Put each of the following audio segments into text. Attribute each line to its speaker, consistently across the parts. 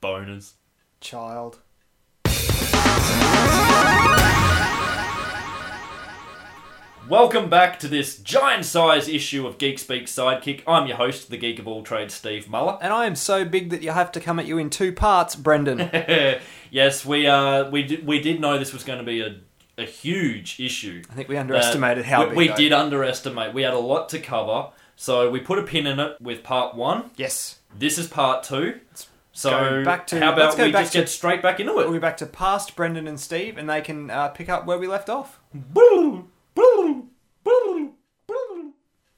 Speaker 1: Boners.
Speaker 2: Child.
Speaker 1: Welcome back to this giant size issue of Geek Speak Sidekick. I'm your host, the geek of all trades, Steve Muller.
Speaker 2: And I am so big that you have to come at you in two parts, Brendan.
Speaker 1: yes, we uh, we did, we did know this was going to be a a huge issue.
Speaker 2: I think we underestimated
Speaker 1: Uh,
Speaker 2: how
Speaker 1: we,
Speaker 2: big.
Speaker 1: we
Speaker 2: though.
Speaker 1: did underestimate. We had a lot to cover, so we put a pin in it with part one.
Speaker 2: Yes.
Speaker 1: This is part two. So
Speaker 2: go back to-
Speaker 1: how about
Speaker 2: let's go
Speaker 1: we
Speaker 2: back
Speaker 1: just
Speaker 2: to-
Speaker 1: get straight back into
Speaker 2: We'll
Speaker 1: it?
Speaker 2: be back to past Brendan and Steve, and they can uh, pick up where we left off.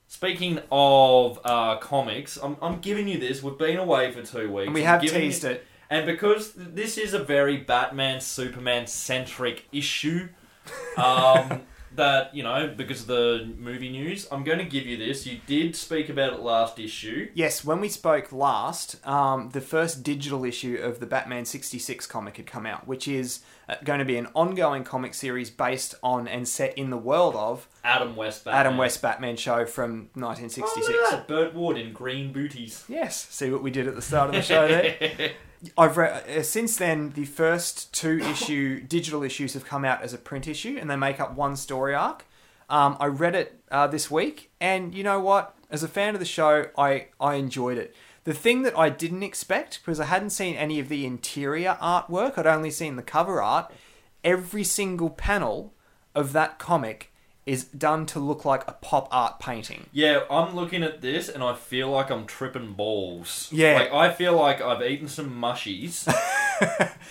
Speaker 1: Speaking of uh, comics, I'm, I'm giving you this. We've been away for two weeks.
Speaker 2: And we
Speaker 1: I'm
Speaker 2: have
Speaker 1: giving
Speaker 2: teased
Speaker 1: you-
Speaker 2: it.
Speaker 1: And because th- this is a very Batman Superman centric issue, um, that you know, because of the movie news, I'm going to give you this. You did speak about it last issue.
Speaker 2: Yes, when we spoke last, um, the first digital issue of the Batman 66 comic had come out, which is uh, going to be an ongoing comic series based on and set in the world of
Speaker 1: Adam West. Batman.
Speaker 2: Adam West Batman show from
Speaker 1: Oh,
Speaker 2: 1966.
Speaker 1: look at that. Burt Ward in green booties.
Speaker 2: Yes, see what we did at the start of the show there. I've re- uh, since then the first two issue digital issues have come out as a print issue, and they make up one story arc. Um, I read it uh, this week, and you know what? As a fan of the show, I I enjoyed it. The thing that I didn't expect because I hadn't seen any of the interior artwork; I'd only seen the cover art. Every single panel of that comic is done to look like a pop art painting.
Speaker 1: Yeah, I'm looking at this and I feel like I'm tripping balls.
Speaker 2: Yeah.
Speaker 1: Like, I feel like I've eaten some mushies.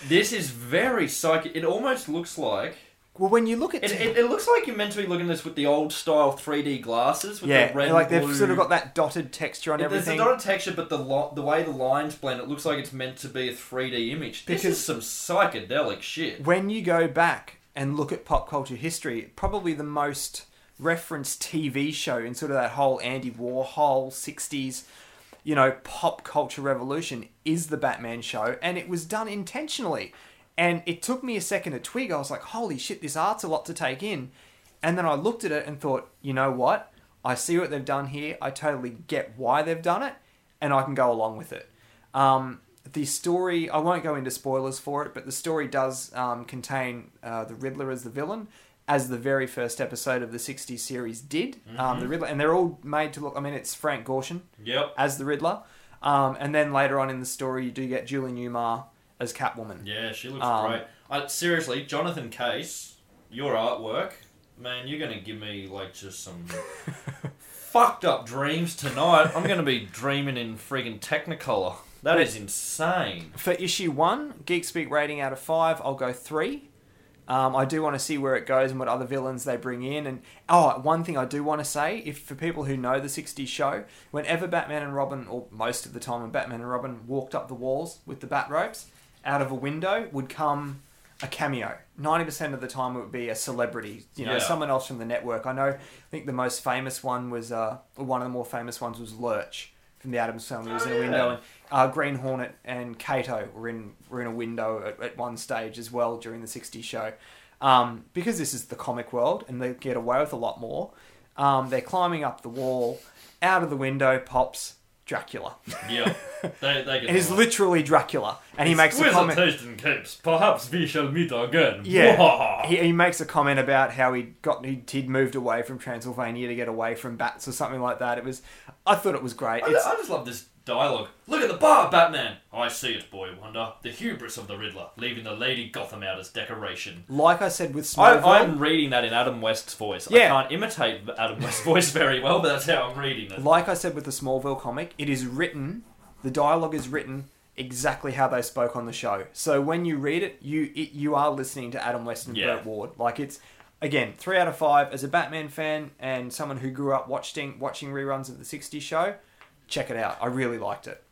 Speaker 1: this is very psychic. It almost looks like.
Speaker 2: Well, when you look at
Speaker 1: It, it, it looks like you're meant to be looking at this with the old style 3D glasses with
Speaker 2: yeah,
Speaker 1: the red
Speaker 2: like
Speaker 1: and
Speaker 2: they've
Speaker 1: blue.
Speaker 2: sort of got that dotted texture on
Speaker 1: It- There's
Speaker 2: everything.
Speaker 1: not a texture, but the lo- the way the lines blend, it looks like it's meant to be a 3D image. This
Speaker 2: Because-
Speaker 1: is some psychedelic shit.
Speaker 2: when you go back and look at pop culture history, probably the most referenced TV show in sort of that whole Andy Warhol 60s, you know, pop culture revolution is the Batman show, and it was done intentionally. And it took me a second to twig. I was like, holy shit, this art's a lot to take in. And then I looked at it and thought, you know what? I see what they've done here. I totally get why they've done it, and I can go along with it. Um, the story, I won't go into spoilers for it, but the story does um, contain uh, the Riddler as the villain, as the very first episode of the 60s series did. Um, the Riddler, and they're all made to look. I mean, it's Frank Gorshin
Speaker 1: Yep.
Speaker 2: as the Riddler, um, and then later on in the story, you do get Julie Newmar as Catwoman.
Speaker 1: Yeah, she looks
Speaker 2: Um,
Speaker 1: great. I, seriously, Jonathan Case, your artwork, man, you're gonna give me like just some fucked up dreams tonight. I'm gonna be dreaming in friggin' Technicolor. That is insane.
Speaker 2: For issue one, Geek Speak rating out of five, I'll go three. Um, I do want to see where it goes and what other villains they bring in. And oh, one thing I do want to say, if for people who know the '60s show, whenever Batman and Robin, or most of the time when Batman and Robin walked up the walls with the bat ropes, out of a window would come a cameo. Ninety percent of the time, it would be a celebrity, you know,
Speaker 1: Yeah.
Speaker 2: someone else from the network. I know. I think the most famous one was uh, one of the more famous ones was Lurch from the Adams Family. was
Speaker 1: Oh,
Speaker 2: in a
Speaker 1: yeah.
Speaker 2: window, and uh, Green Hornet and Kato were in were in a window at, at one stage as well during the '60s show. Um, because this is the comic world and they get away with a lot more, um, they're climbing up the wall. Out of the window pops Dracula.
Speaker 1: Yeah, they they
Speaker 2: It is
Speaker 1: get.
Speaker 2: literally Dracula, and he makes a comment.
Speaker 1: Visitation keeps. Perhaps we shall meet again.
Speaker 2: Yeah, he, he makes a comment about how he got he, he'd moved away from Transylvania to get away from bats or something like that. It was, I thought it was great.
Speaker 1: I,
Speaker 2: It's,
Speaker 1: I just love this dialogue. Look at the bar, Batman. I see it, boy wonder. The hubris of the Riddler, leaving the Lady Gotham out as decoration.
Speaker 2: like I said with
Speaker 1: I,
Speaker 2: Smallville,
Speaker 1: I'm reading that in Adam West's voice.
Speaker 2: Yeah.
Speaker 1: I can't imitate Adam West's voice very well, but that's how I'm reading it.
Speaker 2: like I said with the Smallville comic, it is written. The dialogue is written exactly how they spoke on the show. So when you read it, you it, you are listening to Adam West and
Speaker 1: Yeah.
Speaker 2: Burt Ward. Like it's again three out of five as a Batman fan and someone who grew up watching watching reruns of the '60s show. Check it out. I really liked it.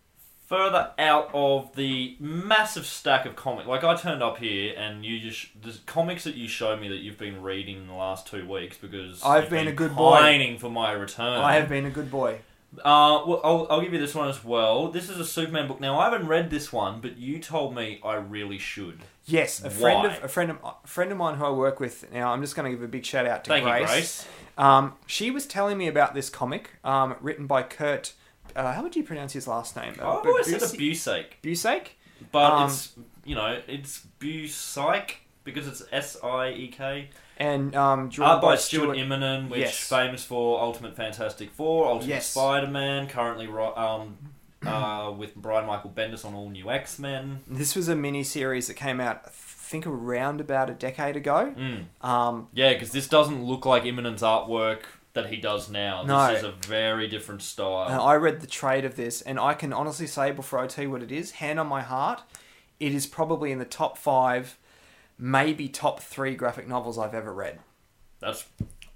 Speaker 1: Further out of the massive stack of comic, like I turned up here and you just the comics that you showed me that you've been reading in the last two weeks because
Speaker 2: I've
Speaker 1: you've
Speaker 2: been a good boy.
Speaker 1: pining for my return.
Speaker 2: I have been a good boy.
Speaker 1: Uh, well, I'll, I'll give you this one as well. This is a Superman book. Now I haven't read this one, but you told me I really should.
Speaker 2: Yes, a friend
Speaker 1: Why?
Speaker 2: of a friend of a friend of mine who I work with now. I'm just going to give a big shout out to
Speaker 1: Thank
Speaker 2: Grace.
Speaker 1: you, Grace.
Speaker 2: Um, she was telling me about this comic um, written by Kurt Uh, how would you pronounce his last name?
Speaker 1: I
Speaker 2: Uh,
Speaker 1: always said
Speaker 2: Busey-
Speaker 1: Busek,
Speaker 2: Busek?
Speaker 1: but
Speaker 2: Um,
Speaker 1: it's you know it's Busike because it's S I E K.
Speaker 2: and um, drawn
Speaker 1: Art Uh, by Stuart Immonen, which
Speaker 2: Yes.
Speaker 1: famous for Ultimate Fantastic Four, Ultimate
Speaker 2: Yes.
Speaker 1: Spider-Man, currently ri- um, uh, with Brian Michael Bendis on all new X-Men.
Speaker 2: This was a mini series that came out, I think, around about a decade ago.
Speaker 1: Mm.
Speaker 2: Um,
Speaker 1: Yeah, because this doesn't look like Immonen's artwork that he does now.
Speaker 2: No.
Speaker 1: This is a very different
Speaker 2: and
Speaker 1: style.
Speaker 2: I read the trade of this, and I can honestly say, before I tell you what it is, hand on my heart, it is probably in the top five, maybe top three graphic novels I've ever read.
Speaker 1: That's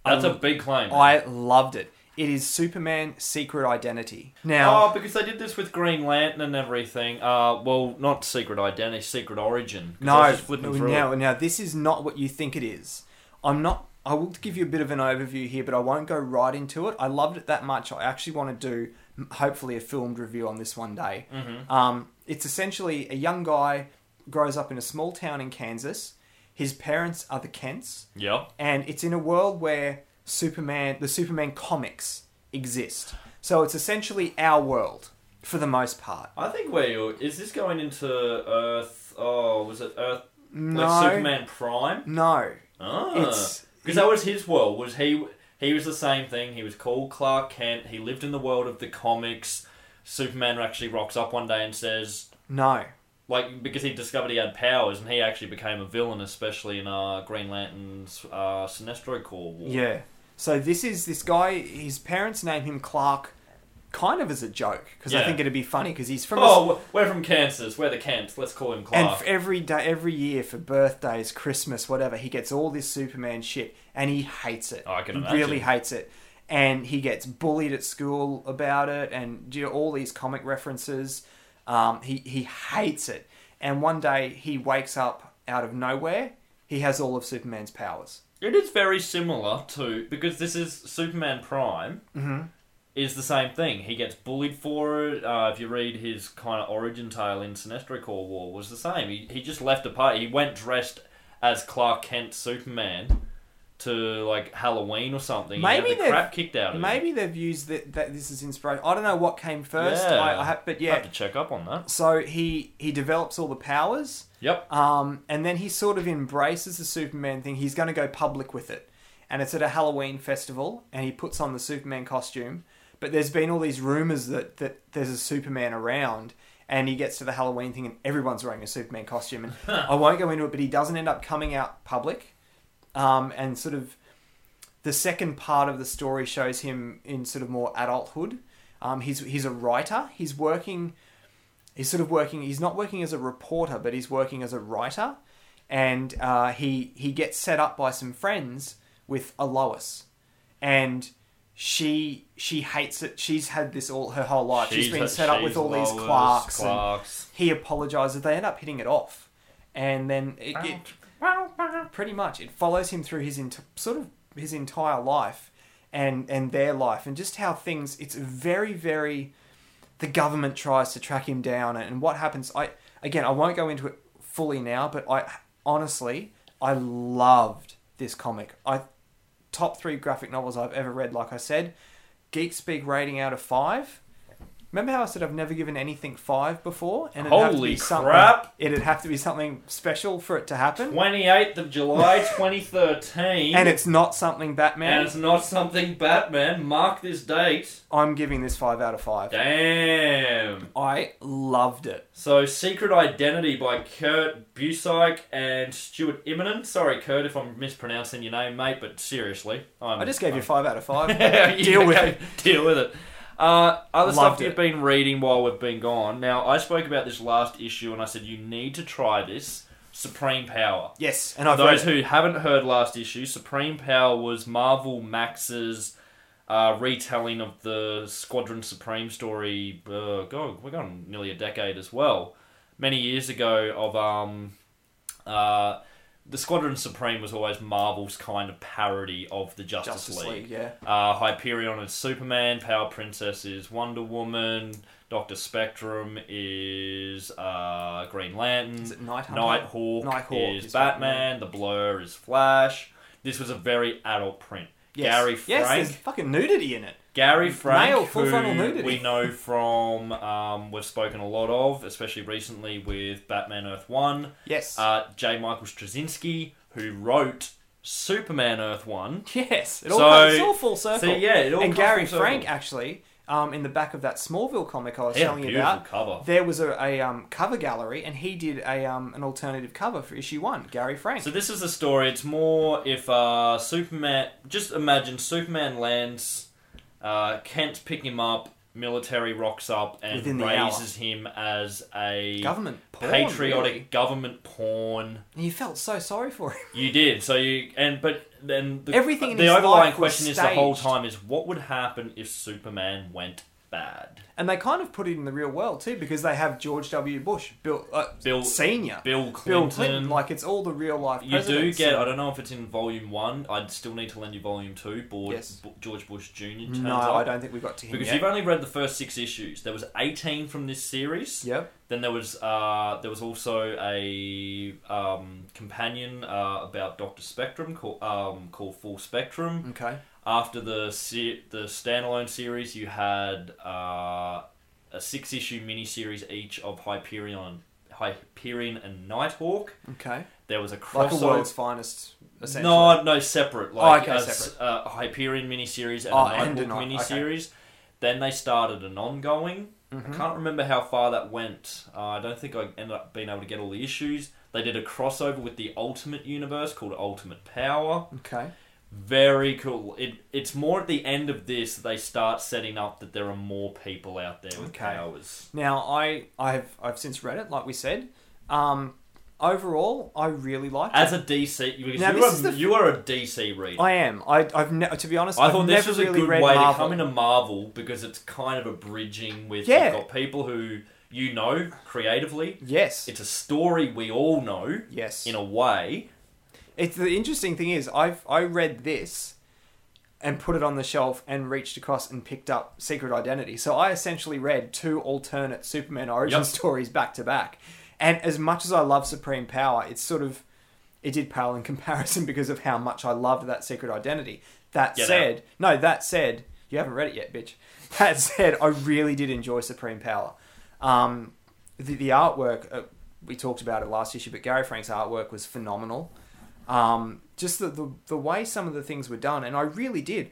Speaker 1: that's
Speaker 2: Um,
Speaker 1: a big claim.
Speaker 2: I loved it. It is Superman Secret Identity. Now,
Speaker 1: Oh, because they did this with Green Lantern and everything. Uh, well, not Secret Identity, Secret Origin. 'cause I was
Speaker 2: no,
Speaker 1: just flipping through
Speaker 2: now,
Speaker 1: it.
Speaker 2: now this is not what you think it is. I'm not. I will give you a bit of an overview here, but I won't go right into it. I loved it that much. I actually want to do m- hopefully a filmed review on this one day.
Speaker 1: Mm-hmm.
Speaker 2: Um, it's essentially a young guy grows up in a small town in Kansas. His parents are the Kents,
Speaker 1: Yeah.
Speaker 2: and it's in a world where Superman, the Superman comics exist. So it's essentially our world for the most part.
Speaker 1: I think where you is this going into Earth? Oh, was it Earth?
Speaker 2: No,
Speaker 1: Like Superman Prime?
Speaker 2: no,
Speaker 1: Ah,
Speaker 2: It's-
Speaker 1: because that was his world. Was he? He was the same thing. He was called Clark Kent. He lived in the world of the comics. Superman actually rocks up one day and says,
Speaker 2: no.
Speaker 1: like, because he discovered he had powers, and he actually became a villain, especially in uh, Green Lantern's uh, Sinestro Corps war.
Speaker 2: Yeah. So this is this guy. His parents name him Clark, kind of as a joke because I
Speaker 1: Yeah.
Speaker 2: think it'd be funny because he's from. a s-
Speaker 1: Oh, w- we're from Kansas. We're the Kents. Let's call him
Speaker 2: and
Speaker 1: Clark.
Speaker 2: f- every day, every year for birthdays, Christmas, whatever, he gets all this Superman shit, and he hates it.
Speaker 1: Oh, I can
Speaker 2: He
Speaker 1: imagine.
Speaker 2: Really hates it, and he gets bullied at school about it, and you know, all these comic references. Um, he he hates it, and one day he wakes up out of nowhere. He has all of Superman's powers.
Speaker 1: it is very similar to because this is Superman Prime.
Speaker 2: Mm-hmm.
Speaker 1: Is the same thing. He gets bullied for it. Uh, if you read his kind of origin tale in Sinestro Corps War, was the same. He, he just left a party. He went dressed as Clark Kent Superman to like Halloween or something.
Speaker 2: Maybe
Speaker 1: he had the
Speaker 2: they've-
Speaker 1: crap kicked out of him.
Speaker 2: Maybe they've used that, that this is inspiration. I don't know what came first.
Speaker 1: Yeah.
Speaker 2: I, I have, but
Speaker 1: I have
Speaker 2: yeah.
Speaker 1: to check up on that.
Speaker 2: So he he develops all the powers,
Speaker 1: Yep.
Speaker 2: um, and then he sort of embraces the Superman thing. He's going to go public with it, and it's at a Halloween festival, and he puts on the Superman costume. But there's been all these rumors that that there's a Superman around. And he gets to the Halloween thing, and everyone's wearing a Superman costume. And I won't go into it, but he doesn't end up coming out public. Um, and sort of the second part of the story shows him in sort of more adulthood. Um, he's he's a writer. He's working. He's sort of working. He's not working as a reporter, but he's working as a writer, and uh, he he gets set up by some friends with Alois, and she she hates it. She's had this all her whole life. she's been set up with
Speaker 1: she's
Speaker 2: all these
Speaker 1: Lois,
Speaker 2: clerks. and
Speaker 1: Clarks.
Speaker 2: he apologizes. They end up hitting it off, and then it, it- pretty much it follows him through his ent- sort of his entire life and and their life and just how things it's very very the government tries to track him down and what happens i again i won't go into it fully now but i honestly i loved this comic i top three graphic novels i've ever read like i said geek speak rating out of five remember how i said i've never given anything five before and it'd have to
Speaker 1: Holy
Speaker 2: be something-
Speaker 1: crap.
Speaker 2: it'd have to be something special for it to happen
Speaker 1: 28th of July 2013.
Speaker 2: and it's not something
Speaker 1: And
Speaker 2: Batman.
Speaker 1: it's not something Batman. Mark this date.
Speaker 2: I'm giving this five out of five.
Speaker 1: Damn.
Speaker 2: I loved it.
Speaker 1: So, Secret Identity by Kurt Busiek and Stuart Immonen. Sorry, Kurt, if I'm mispronouncing your name, mate, but seriously. I'm,
Speaker 2: I just gave you
Speaker 1: I'm-
Speaker 2: five out of five.
Speaker 1: Yeah,
Speaker 2: Deal with
Speaker 1: okay, Deal with it. Uh, other
Speaker 2: Loved
Speaker 1: stuff you've
Speaker 2: it.
Speaker 1: been reading while we've been gone. Now, I spoke about this last issue and I said you need to try this Supreme Power.
Speaker 2: yes, and I've
Speaker 1: For those
Speaker 2: read it.
Speaker 1: who haven't heard last issue, Supreme Power was Marvel Max's uh, retelling of the Squadron Supreme story. Uh, God, we're gone nearly a decade as well. Many years ago, of um, uh, the Squadron Supreme was always Marvel's kind of parody of the Justice,
Speaker 2: Justice League.
Speaker 1: League.
Speaker 2: yeah.
Speaker 1: Uh, Hyperion is Superman. Power Princess is Wonder Woman. Doctor Spectrum is uh, Green Lantern.
Speaker 2: Is it Night Hunter?
Speaker 1: Nighthawk,
Speaker 2: Nighthawk
Speaker 1: is,
Speaker 2: is
Speaker 1: Batman. The Blur is Flash. This was a very adult print.
Speaker 2: Yes.
Speaker 1: Gary
Speaker 2: Yes,
Speaker 1: Frank.
Speaker 2: there's fucking nudity in it.
Speaker 1: Gary Frank,
Speaker 2: Male full
Speaker 1: who
Speaker 2: frontal nudity.
Speaker 1: we know from, um, we've spoken a lot of, especially recently with Batman Earth 1,
Speaker 2: Yes.
Speaker 1: uh, J. Michael Straczynski, who wrote Superman Earth 1.
Speaker 2: yes. It all,
Speaker 1: so-
Speaker 2: comes, it's all full circle.
Speaker 1: See, yeah, it all
Speaker 2: and
Speaker 1: comes
Speaker 2: Gary
Speaker 1: full circle.
Speaker 2: Frank actually, um, in the back of that Smallville comic I was
Speaker 1: He had a
Speaker 2: telling you
Speaker 1: beautiful
Speaker 2: about,
Speaker 1: cover.
Speaker 2: there was a, a um, cover gallery, and he did a um, an alternative cover for issue one. Gary Frank.
Speaker 1: So this is the story. It's more if uh, Superman. Just imagine Superman lands. Uh, Kent's picking him up. Military rocks up and
Speaker 2: Within the
Speaker 1: raises him as a
Speaker 2: Government porn,
Speaker 1: patriotic
Speaker 2: really.
Speaker 1: government pawn.
Speaker 2: And you felt so sorry for him.
Speaker 1: You did so you and but then the,
Speaker 2: Everything in
Speaker 1: The
Speaker 2: his
Speaker 1: overlying
Speaker 2: life was
Speaker 1: question is the whole
Speaker 2: staged.
Speaker 1: time is what would happen if Superman went bad?
Speaker 2: And they kind of put it in the real world too, because they have George W. Bush, Bill, uh,
Speaker 1: Bill-
Speaker 2: Senior,
Speaker 1: Bill
Speaker 2: Bill
Speaker 1: Clinton.
Speaker 2: Clinton. Like it's all the real life.
Speaker 1: you do
Speaker 2: presidents.
Speaker 1: get. I don't know if it's in volume one. I'd still need to lend you volume two. Board,
Speaker 2: Yes.
Speaker 1: B- George Bush Jr. turns
Speaker 2: No,
Speaker 1: up.
Speaker 2: I don't think we got to him
Speaker 1: Because
Speaker 2: yet.
Speaker 1: you've only read the first six issues. There was eighteen from this series.
Speaker 2: Yep.
Speaker 1: Then there was uh, there was also a um, companion uh, about Doctor Spectrum called um, called Full Spectrum.
Speaker 2: Okay.
Speaker 1: After the se- the standalone series, you had uh, a six issue miniseries each of Hyperion, Hyperion and Nighthawk.
Speaker 2: Okay.
Speaker 1: There was a
Speaker 2: Like a
Speaker 1: crossover.
Speaker 2: world's finest. Essentially. Oh,
Speaker 1: No, no, separate. Like
Speaker 2: okay,
Speaker 1: a, s-
Speaker 2: separate.
Speaker 1: a Hyperion miniseries and
Speaker 2: Oh,
Speaker 1: a
Speaker 2: and a
Speaker 1: Nighthawk
Speaker 2: Night- okay. Mm-hmm.
Speaker 1: miniseries. Then they started an ongoing. I can't remember how far that went. Uh, I don't think I ended up being able to get all the issues. They did a crossover with the Ultimate Universe called Ultimate Power.
Speaker 2: Okay.
Speaker 1: Very cool. It it's more at the end of this that they start setting up that there are more people out there with
Speaker 2: Okay.
Speaker 1: powers.
Speaker 2: Now I I've I've since read it, like we said. Um, overall, I really liked it.
Speaker 1: As a DC, because
Speaker 2: Now,
Speaker 1: you
Speaker 2: this
Speaker 1: are
Speaker 2: is the-
Speaker 1: you are a DC reader.
Speaker 2: I am. I I've ne- to be honest,
Speaker 1: I
Speaker 2: I've
Speaker 1: thought this
Speaker 2: never
Speaker 1: was a
Speaker 2: really
Speaker 1: good way
Speaker 2: read Marvel.
Speaker 1: to come into Marvel because it's kind of a bridging with
Speaker 2: Yeah.
Speaker 1: you've got people who you know creatively.
Speaker 2: Yes.
Speaker 1: It's a story we all know
Speaker 2: yes.
Speaker 1: in a way.
Speaker 2: It's the interesting thing is I've I read this and put it on the shelf and reached across and picked up Secret Identity. So I essentially read two alternate Superman origin
Speaker 1: Yep.
Speaker 2: stories back to back. And as much as I love Supreme Power, it's sort of it did pale in comparison because of how much I loved that Secret Identity. That
Speaker 1: Get out.
Speaker 2: said, no, that said, you haven't read it yet, bitch. That said, I really did enjoy Supreme Power. Um, the, the artwork, uh, we talked about it last issue, but Gary Frank's artwork was phenomenal. Um, just the, the, the way some of the things were done, and I really did.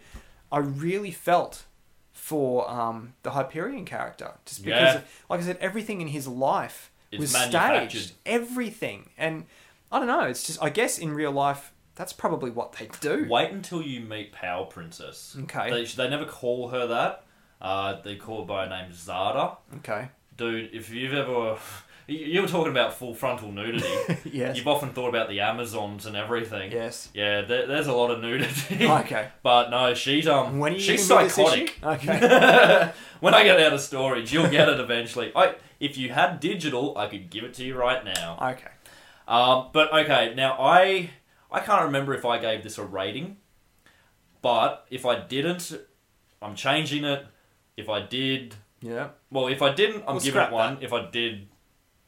Speaker 2: I really felt for um, the Hyperion character. Just because,
Speaker 1: Yeah.
Speaker 2: like I said, everything in his life
Speaker 1: It's
Speaker 2: was
Speaker 1: manufactured.
Speaker 2: staged. Everything. And I don't know, it's just, I guess in real life, that's probably what they do.
Speaker 1: Wait until you meet Power Princess.
Speaker 2: Okay.
Speaker 1: They, they never call her that. Uh, they call her by her name Zada.
Speaker 2: Okay.
Speaker 1: Dude, if you've ever. you- You were talking about full frontal nudity.
Speaker 2: Yes.
Speaker 1: You've often thought about the Amazons and everything.
Speaker 2: Yes.
Speaker 1: Yeah, there, there's a lot of nudity.
Speaker 2: Okay.
Speaker 1: But no, she's um,
Speaker 2: When are you
Speaker 1: she's
Speaker 2: gonna do this
Speaker 1: psychotic.
Speaker 2: issue? Okay.
Speaker 1: when I get out of storage, you'll get it eventually. I, if you had digital, I could give it to you right now.
Speaker 2: okay.
Speaker 1: Um, but okay, now I I can't remember if I gave this a rating, but if I didn't, I'm changing it. If I did,
Speaker 2: Yeah.
Speaker 1: well, if I didn't, I'm
Speaker 2: We'll
Speaker 1: giving
Speaker 2: scrap
Speaker 1: it one. If I did,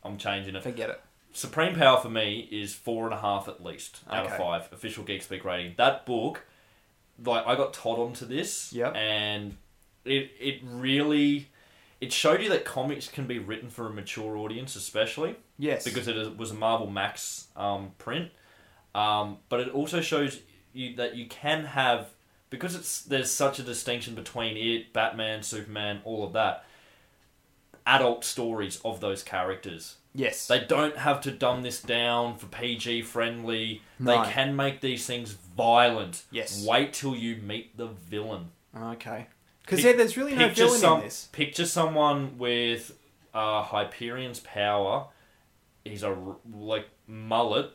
Speaker 1: I'm changing it.
Speaker 2: Forget it.
Speaker 1: Supreme Power for me is four and a half at least out
Speaker 2: Okay.
Speaker 1: of five official Geek Speak rating. That book, like I got Todd onto this,
Speaker 2: Yep.
Speaker 1: and it it really it showed you that comics can be written for a mature audience, especially
Speaker 2: Yes.
Speaker 1: because it is- was a Marvel Max um, print. Um, but it also shows you that you can have because it's there's such a distinction between it, Batman, Superman, all of that. Adult stories of those characters.
Speaker 2: yes.
Speaker 1: They don't have to dumb this down for PG friendly.
Speaker 2: No.
Speaker 1: They can make these things violent.
Speaker 2: Yes.
Speaker 1: Wait till you meet the villain.
Speaker 2: okay. Because
Speaker 1: Pic-
Speaker 2: yeah, there's really no villain
Speaker 1: some,
Speaker 2: in this.
Speaker 1: Picture someone with uh, Hyperion's power. He's a r- like mullet,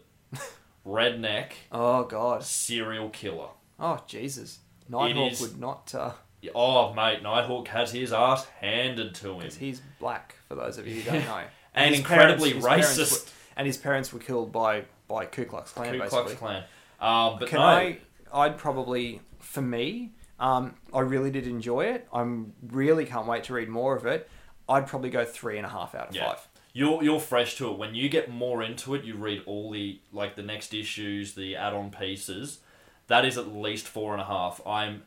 Speaker 1: redneck,
Speaker 2: Oh god.
Speaker 1: serial killer.
Speaker 2: Oh Jesus. Nighthawk
Speaker 1: is-
Speaker 2: would not, uh,
Speaker 1: Oh mate, Nighthawk has his ass handed to him.
Speaker 2: because he's black. For those of you who don't know,
Speaker 1: And
Speaker 2: his
Speaker 1: incredibly
Speaker 2: parents- his parents
Speaker 1: racist.
Speaker 2: were- and his parents were killed by by Ku Klux Klan.
Speaker 1: Ku
Speaker 2: basically.
Speaker 1: Klux Klan. Um, but
Speaker 2: Can
Speaker 1: no,
Speaker 2: I? I'd probably, for me, um, I really did enjoy it. I'm really can't wait to read more of it. I'd probably go three and a half out of
Speaker 1: Yeah.
Speaker 2: five.
Speaker 1: You're you're fresh to it. When you get more into it, you read all the like the next issues, the add-on pieces. That is at least four and a half. I'm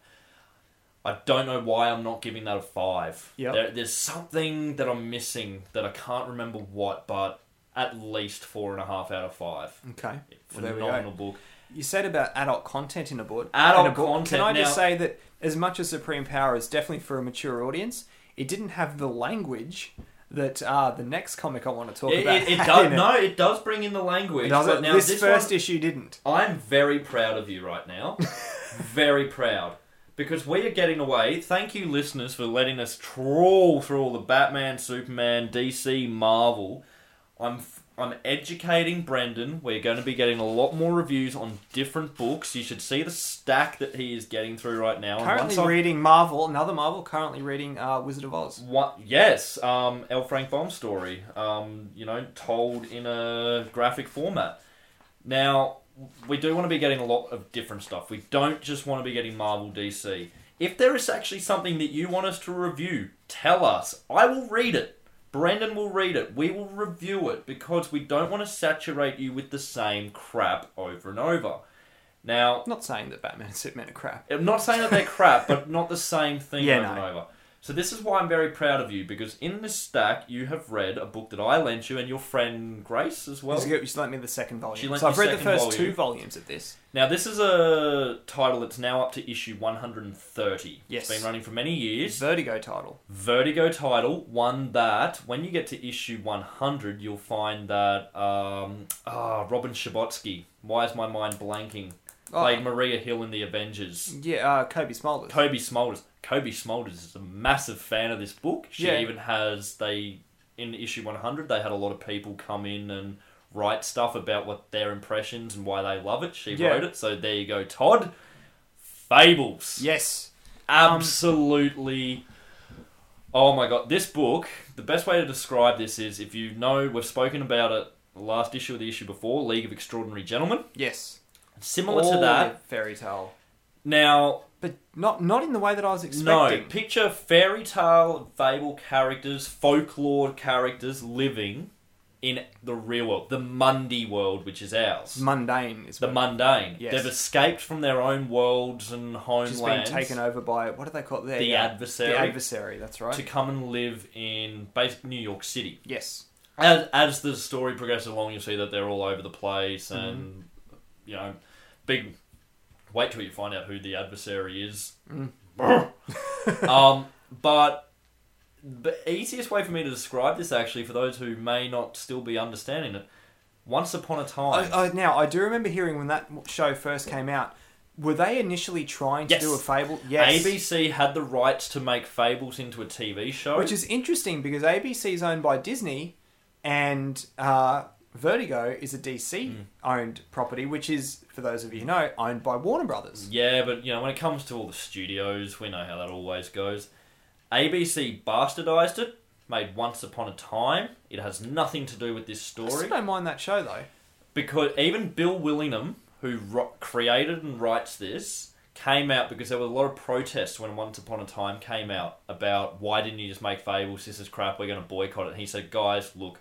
Speaker 1: I don't know why I'm not giving that a five.
Speaker 2: Yep.
Speaker 1: There, there's something that I'm missing that I can't remember what, but at least four and a half out of five.
Speaker 2: Okay. Well, there we
Speaker 1: Phenomenal
Speaker 2: go.
Speaker 1: book.
Speaker 2: You said about adult content in a book.
Speaker 1: Adult
Speaker 2: in a book. Can
Speaker 1: content,
Speaker 2: I just
Speaker 1: now-
Speaker 2: say that as much as Supreme Power is definitely for a mature audience, it didn't have the language that uh, the next comic I want to talk
Speaker 1: It,
Speaker 2: about.
Speaker 1: it, it
Speaker 2: had
Speaker 1: does
Speaker 2: in
Speaker 1: no, it does bring in the
Speaker 2: It
Speaker 1: language.
Speaker 2: doesn't-
Speaker 1: But now
Speaker 2: this,
Speaker 1: this,
Speaker 2: first
Speaker 1: one,
Speaker 2: issue didn't.
Speaker 1: I'm very proud of you right now. very proud. Because we are getting away. Thank you, listeners, for letting us trawl through all the Batman, Superman, DC, Marvel. I'm I'm educating Brendan. We're going to be getting a lot more reviews on different books. You should see the stack that he is getting through right now. And
Speaker 2: Currently
Speaker 1: once I-
Speaker 2: reading Marvel, another Marvel. Currently reading uh, Wizard of Oz.
Speaker 1: One, yes, um, L. Frank Baum story, um, you know, told in a graphic format. Now, we do want to be getting a lot of different stuff. We don't just want to be getting Marvel DC. If there is actually something that you want us to review, tell us. I will read it. Brendan will read it. We will review it because we don't want to saturate you with the same crap over and over. Now,
Speaker 2: Not saying that Batman and Superman are crap.
Speaker 1: I'm not saying that they're crap, but not the same thing
Speaker 2: Yeah,
Speaker 1: over
Speaker 2: no.
Speaker 1: and over. So this is why I'm very proud of you because in this stack you have read a book that I lent you and your friend Grace as well.
Speaker 2: she lent me the second
Speaker 1: She
Speaker 2: volume.
Speaker 1: lent
Speaker 2: So
Speaker 1: you
Speaker 2: I've read the
Speaker 1: second
Speaker 2: first
Speaker 1: volume.
Speaker 2: two volumes of this.
Speaker 1: Now this is a title that's now up to issue 130.
Speaker 2: Yes.
Speaker 1: It's been running for many years.
Speaker 2: Vertigo title.
Speaker 1: Vertigo title, one that when you get to issue 100 you'll find that um ah Robin Shabotsky. Why is my mind blanking?
Speaker 2: Oh.
Speaker 1: Played Maria Hill in the Avengers.
Speaker 2: Yeah, uh, Kobe Smulders.
Speaker 1: Kobe Smolders. Kobe Smolders is a massive fan of this book. She
Speaker 2: Yeah.
Speaker 1: even has they in issue 100 they had a lot of people come in and write stuff about what their impressions and why they love it. She
Speaker 2: Yeah.
Speaker 1: wrote it. So there you go, Todd. Fables.
Speaker 2: yes. Um,
Speaker 1: Absolutely. Oh my god, this book, the best way to describe this is if you know we've spoken about it last issue or the issue before, League of Extraordinary Gentlemen.
Speaker 2: Yes.
Speaker 1: Similar to
Speaker 2: All
Speaker 1: that.
Speaker 2: the fairy tale.
Speaker 1: Now,
Speaker 2: But not not in the way that I was
Speaker 1: No,
Speaker 2: expecting.
Speaker 1: picture fairy tale, fable characters, folklore characters living in the real world, the Mundy world, which is ours.
Speaker 2: Mundane is
Speaker 1: the
Speaker 2: what-
Speaker 1: mundane.
Speaker 2: Yes.
Speaker 1: They've escaped from their own worlds and
Speaker 2: just being
Speaker 1: homelands
Speaker 2: taken over by what do they call it? Their,
Speaker 1: The
Speaker 2: uh,
Speaker 1: adversary.
Speaker 2: The adversary. That's right.
Speaker 1: to come and live in bas New York City.
Speaker 2: yes.
Speaker 1: As, as the story progresses along, you see that they're all over the place, and you know, big. Wait till you find out who the adversary is. um, but the easiest way for me to describe this, actually, for those who may not still be understanding it, once upon a time,
Speaker 2: I, I, now I do remember hearing when that show first came out. Were they initially trying to
Speaker 1: Yes.
Speaker 2: do a fable? Yes.
Speaker 1: ABC had the rights to make Fables into a TV show.
Speaker 2: Which is interesting because ABC is owned by Disney, and uh, Vertigo is a DC
Speaker 1: Hmm.
Speaker 2: owned property, which is, for those of you who know, owned by Warner Brothers.
Speaker 1: Yeah, but you know, when it comes to all the studios, we know how that always goes. ABC bastardized it, made Once Upon a Time. It has nothing to do with this
Speaker 2: I still
Speaker 1: story
Speaker 2: don't mind that show though.
Speaker 1: because even Bill Willingham, who ro- created and writes this, came out because there was a lot of protests when Once Upon a Time came out about why didn't you just make Fables? This is crap. We're going to boycott it. And he said, guys, look,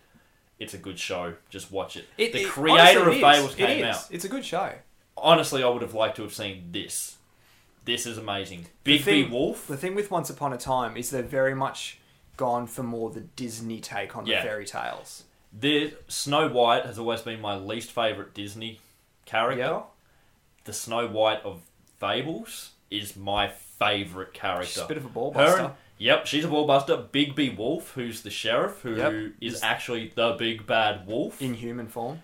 Speaker 1: it's a good show. Just watch it.
Speaker 2: It-
Speaker 1: the
Speaker 2: it-
Speaker 1: creator
Speaker 2: honestly,
Speaker 1: of
Speaker 2: it is.
Speaker 1: Fables
Speaker 2: It
Speaker 1: came
Speaker 2: is.
Speaker 1: out
Speaker 2: It's a good show.
Speaker 1: honestly, I would have liked to have seen this. This is amazing. Big
Speaker 2: thing-
Speaker 1: B Wolf.
Speaker 2: The thing with Once Upon a Time is they're very much gone for more the Disney take on
Speaker 1: Yeah.
Speaker 2: the fairy tales.
Speaker 1: The Snow White has always been my least favorite Disney character.
Speaker 2: Yeah.
Speaker 1: The Snow White of Fables is my favorite character.
Speaker 2: She's a bit of a ball
Speaker 1: Her
Speaker 2: buster.
Speaker 1: and- yep, she's a ball buster. Big B Wolf, who's the sheriff, who is
Speaker 2: Yep.
Speaker 1: actually the big bad wolf.
Speaker 2: in human form.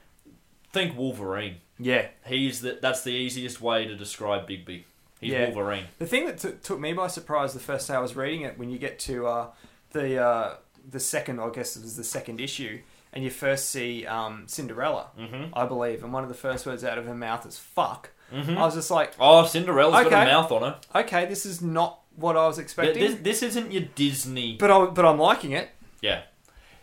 Speaker 1: Think Wolverine.
Speaker 2: Yeah.
Speaker 1: He's the, that's the easiest way to describe Big B. He's
Speaker 2: Yeah.
Speaker 1: Wolverine.
Speaker 2: The thing that took took me by surprise the first day I was reading it, when you get to uh, the uh, the second, I guess it was the second issue, and you first see um, Cinderella,
Speaker 1: Mhm.
Speaker 2: I believe, and one of the first words out of her mouth is "fuck." I was just like,
Speaker 1: Oh, Cinderella's got
Speaker 2: Okay.
Speaker 1: a mouth on her.
Speaker 2: okay, this is not what I was
Speaker 1: Th-
Speaker 2: expecting,
Speaker 1: This, this isn't your Disney
Speaker 2: but I, but I'm liking it.
Speaker 1: Yeah.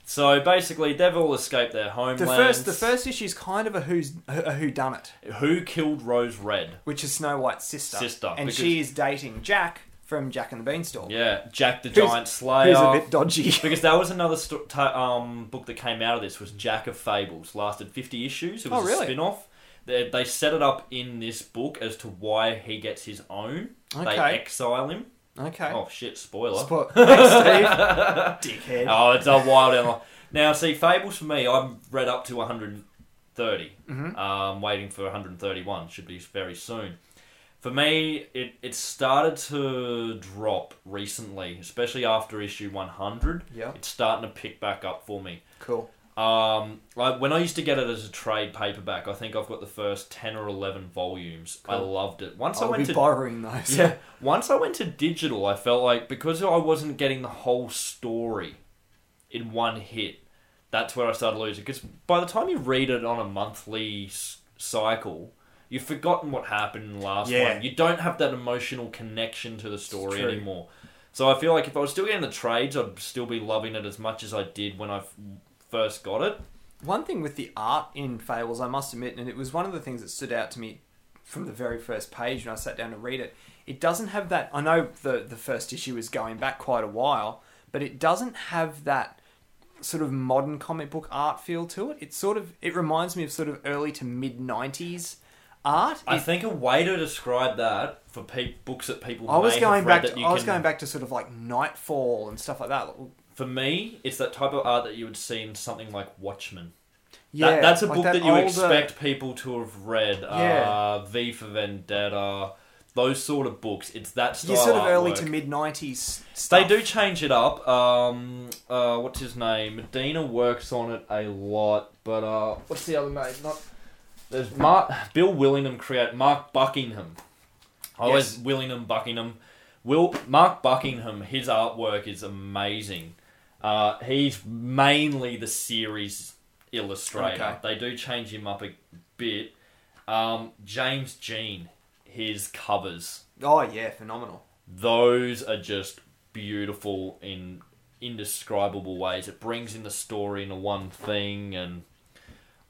Speaker 1: So basically, they've all escaped their homeland.
Speaker 2: The first the first issue is kind of a who's a who done it,
Speaker 1: Who killed Rose Red?
Speaker 2: which is Snow White's sister,
Speaker 1: Sister,
Speaker 2: and
Speaker 1: because-
Speaker 2: she is dating Jack from Jack and the Beanstalk,
Speaker 1: Yeah, Jack the
Speaker 2: Who's-
Speaker 1: Giant
Speaker 2: who's a
Speaker 1: Slayer.
Speaker 2: bit dodgy.
Speaker 1: Because that was another sto- ta- um, book that came out of this was Jack of Fables. Lasted fifty issues. It was
Speaker 2: Oh, really?
Speaker 1: a spin-off. They, they set it up in this book as to why he gets his own. They
Speaker 2: Okay.
Speaker 1: exile him.
Speaker 2: Okay.
Speaker 1: Oh shit! Spoiler.
Speaker 2: Spo- Thanks, Steve. Dickhead.
Speaker 1: Oh, it's a wild animal. Now, see, Fables for me, I'm read up to 130.
Speaker 2: Mm-hmm.
Speaker 1: Um, waiting for 131. Should be very soon. For me, it, it started to drop recently, especially after issue 100.
Speaker 2: Yeah.
Speaker 1: It's starting to pick back up for me.
Speaker 2: Cool.
Speaker 1: Um, like when I used to get it as a trade paperback, I think I've got the first 10 or 11 volumes. I
Speaker 2: Cool.
Speaker 1: loved it. Once I
Speaker 2: I'll
Speaker 1: went
Speaker 2: be
Speaker 1: to
Speaker 2: borrowing those.
Speaker 1: yeah. Once I went to digital, I felt like because I wasn't getting the whole story in one hit, that's where I started losing. Because by the time you read it on a monthly s- cycle, you've forgotten what happened in the last
Speaker 2: Yeah.
Speaker 1: one. You don't have that emotional connection to the story
Speaker 2: true.
Speaker 1: anymore. So I feel like if I was still getting the trades, I'd still be loving it as much as I did when I f- first got it.
Speaker 2: One thing with the art in Fables, I must admit, and it was one of the things that stood out to me from the very first page when I sat down to read it, it doesn't have that. I know the, the first issue is going back quite a while, but it doesn't have that sort of modern comic book art feel to it. It sort of it reminds me of sort of early to mid '90s art.
Speaker 1: I
Speaker 2: It-
Speaker 1: think a way to describe that for pe- books that people
Speaker 2: I was
Speaker 1: may
Speaker 2: going
Speaker 1: have read
Speaker 2: back.
Speaker 1: that
Speaker 2: To,
Speaker 1: you
Speaker 2: I was
Speaker 1: can-
Speaker 2: going back to sort of like Nightfall and stuff like that.
Speaker 1: For me, it's that type of art that you would see in something like Watchmen.
Speaker 2: Yeah,
Speaker 1: that, that's a
Speaker 2: like
Speaker 1: book that, you
Speaker 2: older-
Speaker 1: expect people to have read. Uh,
Speaker 2: Yeah.
Speaker 1: v for Vendetta, those sort of books. It's that style.
Speaker 2: Yeah, sort of early
Speaker 1: artwork.
Speaker 2: to mid '90s.
Speaker 1: They do change it up. Um, uh, what's his name? Medina works on it a lot, but uh, what's the other name? Not there's Mark Bill Willingham create Mark Buckingham. I always Willingham Buckingham. Will Mark Buckingham? His artwork is amazing. Uh, he's mainly the series illustrator. They do change him up a bit. Um, James Jean, his covers
Speaker 2: Oh yeah, phenomenal.
Speaker 1: those are just beautiful in indescribable ways. It brings in the story into one thing, and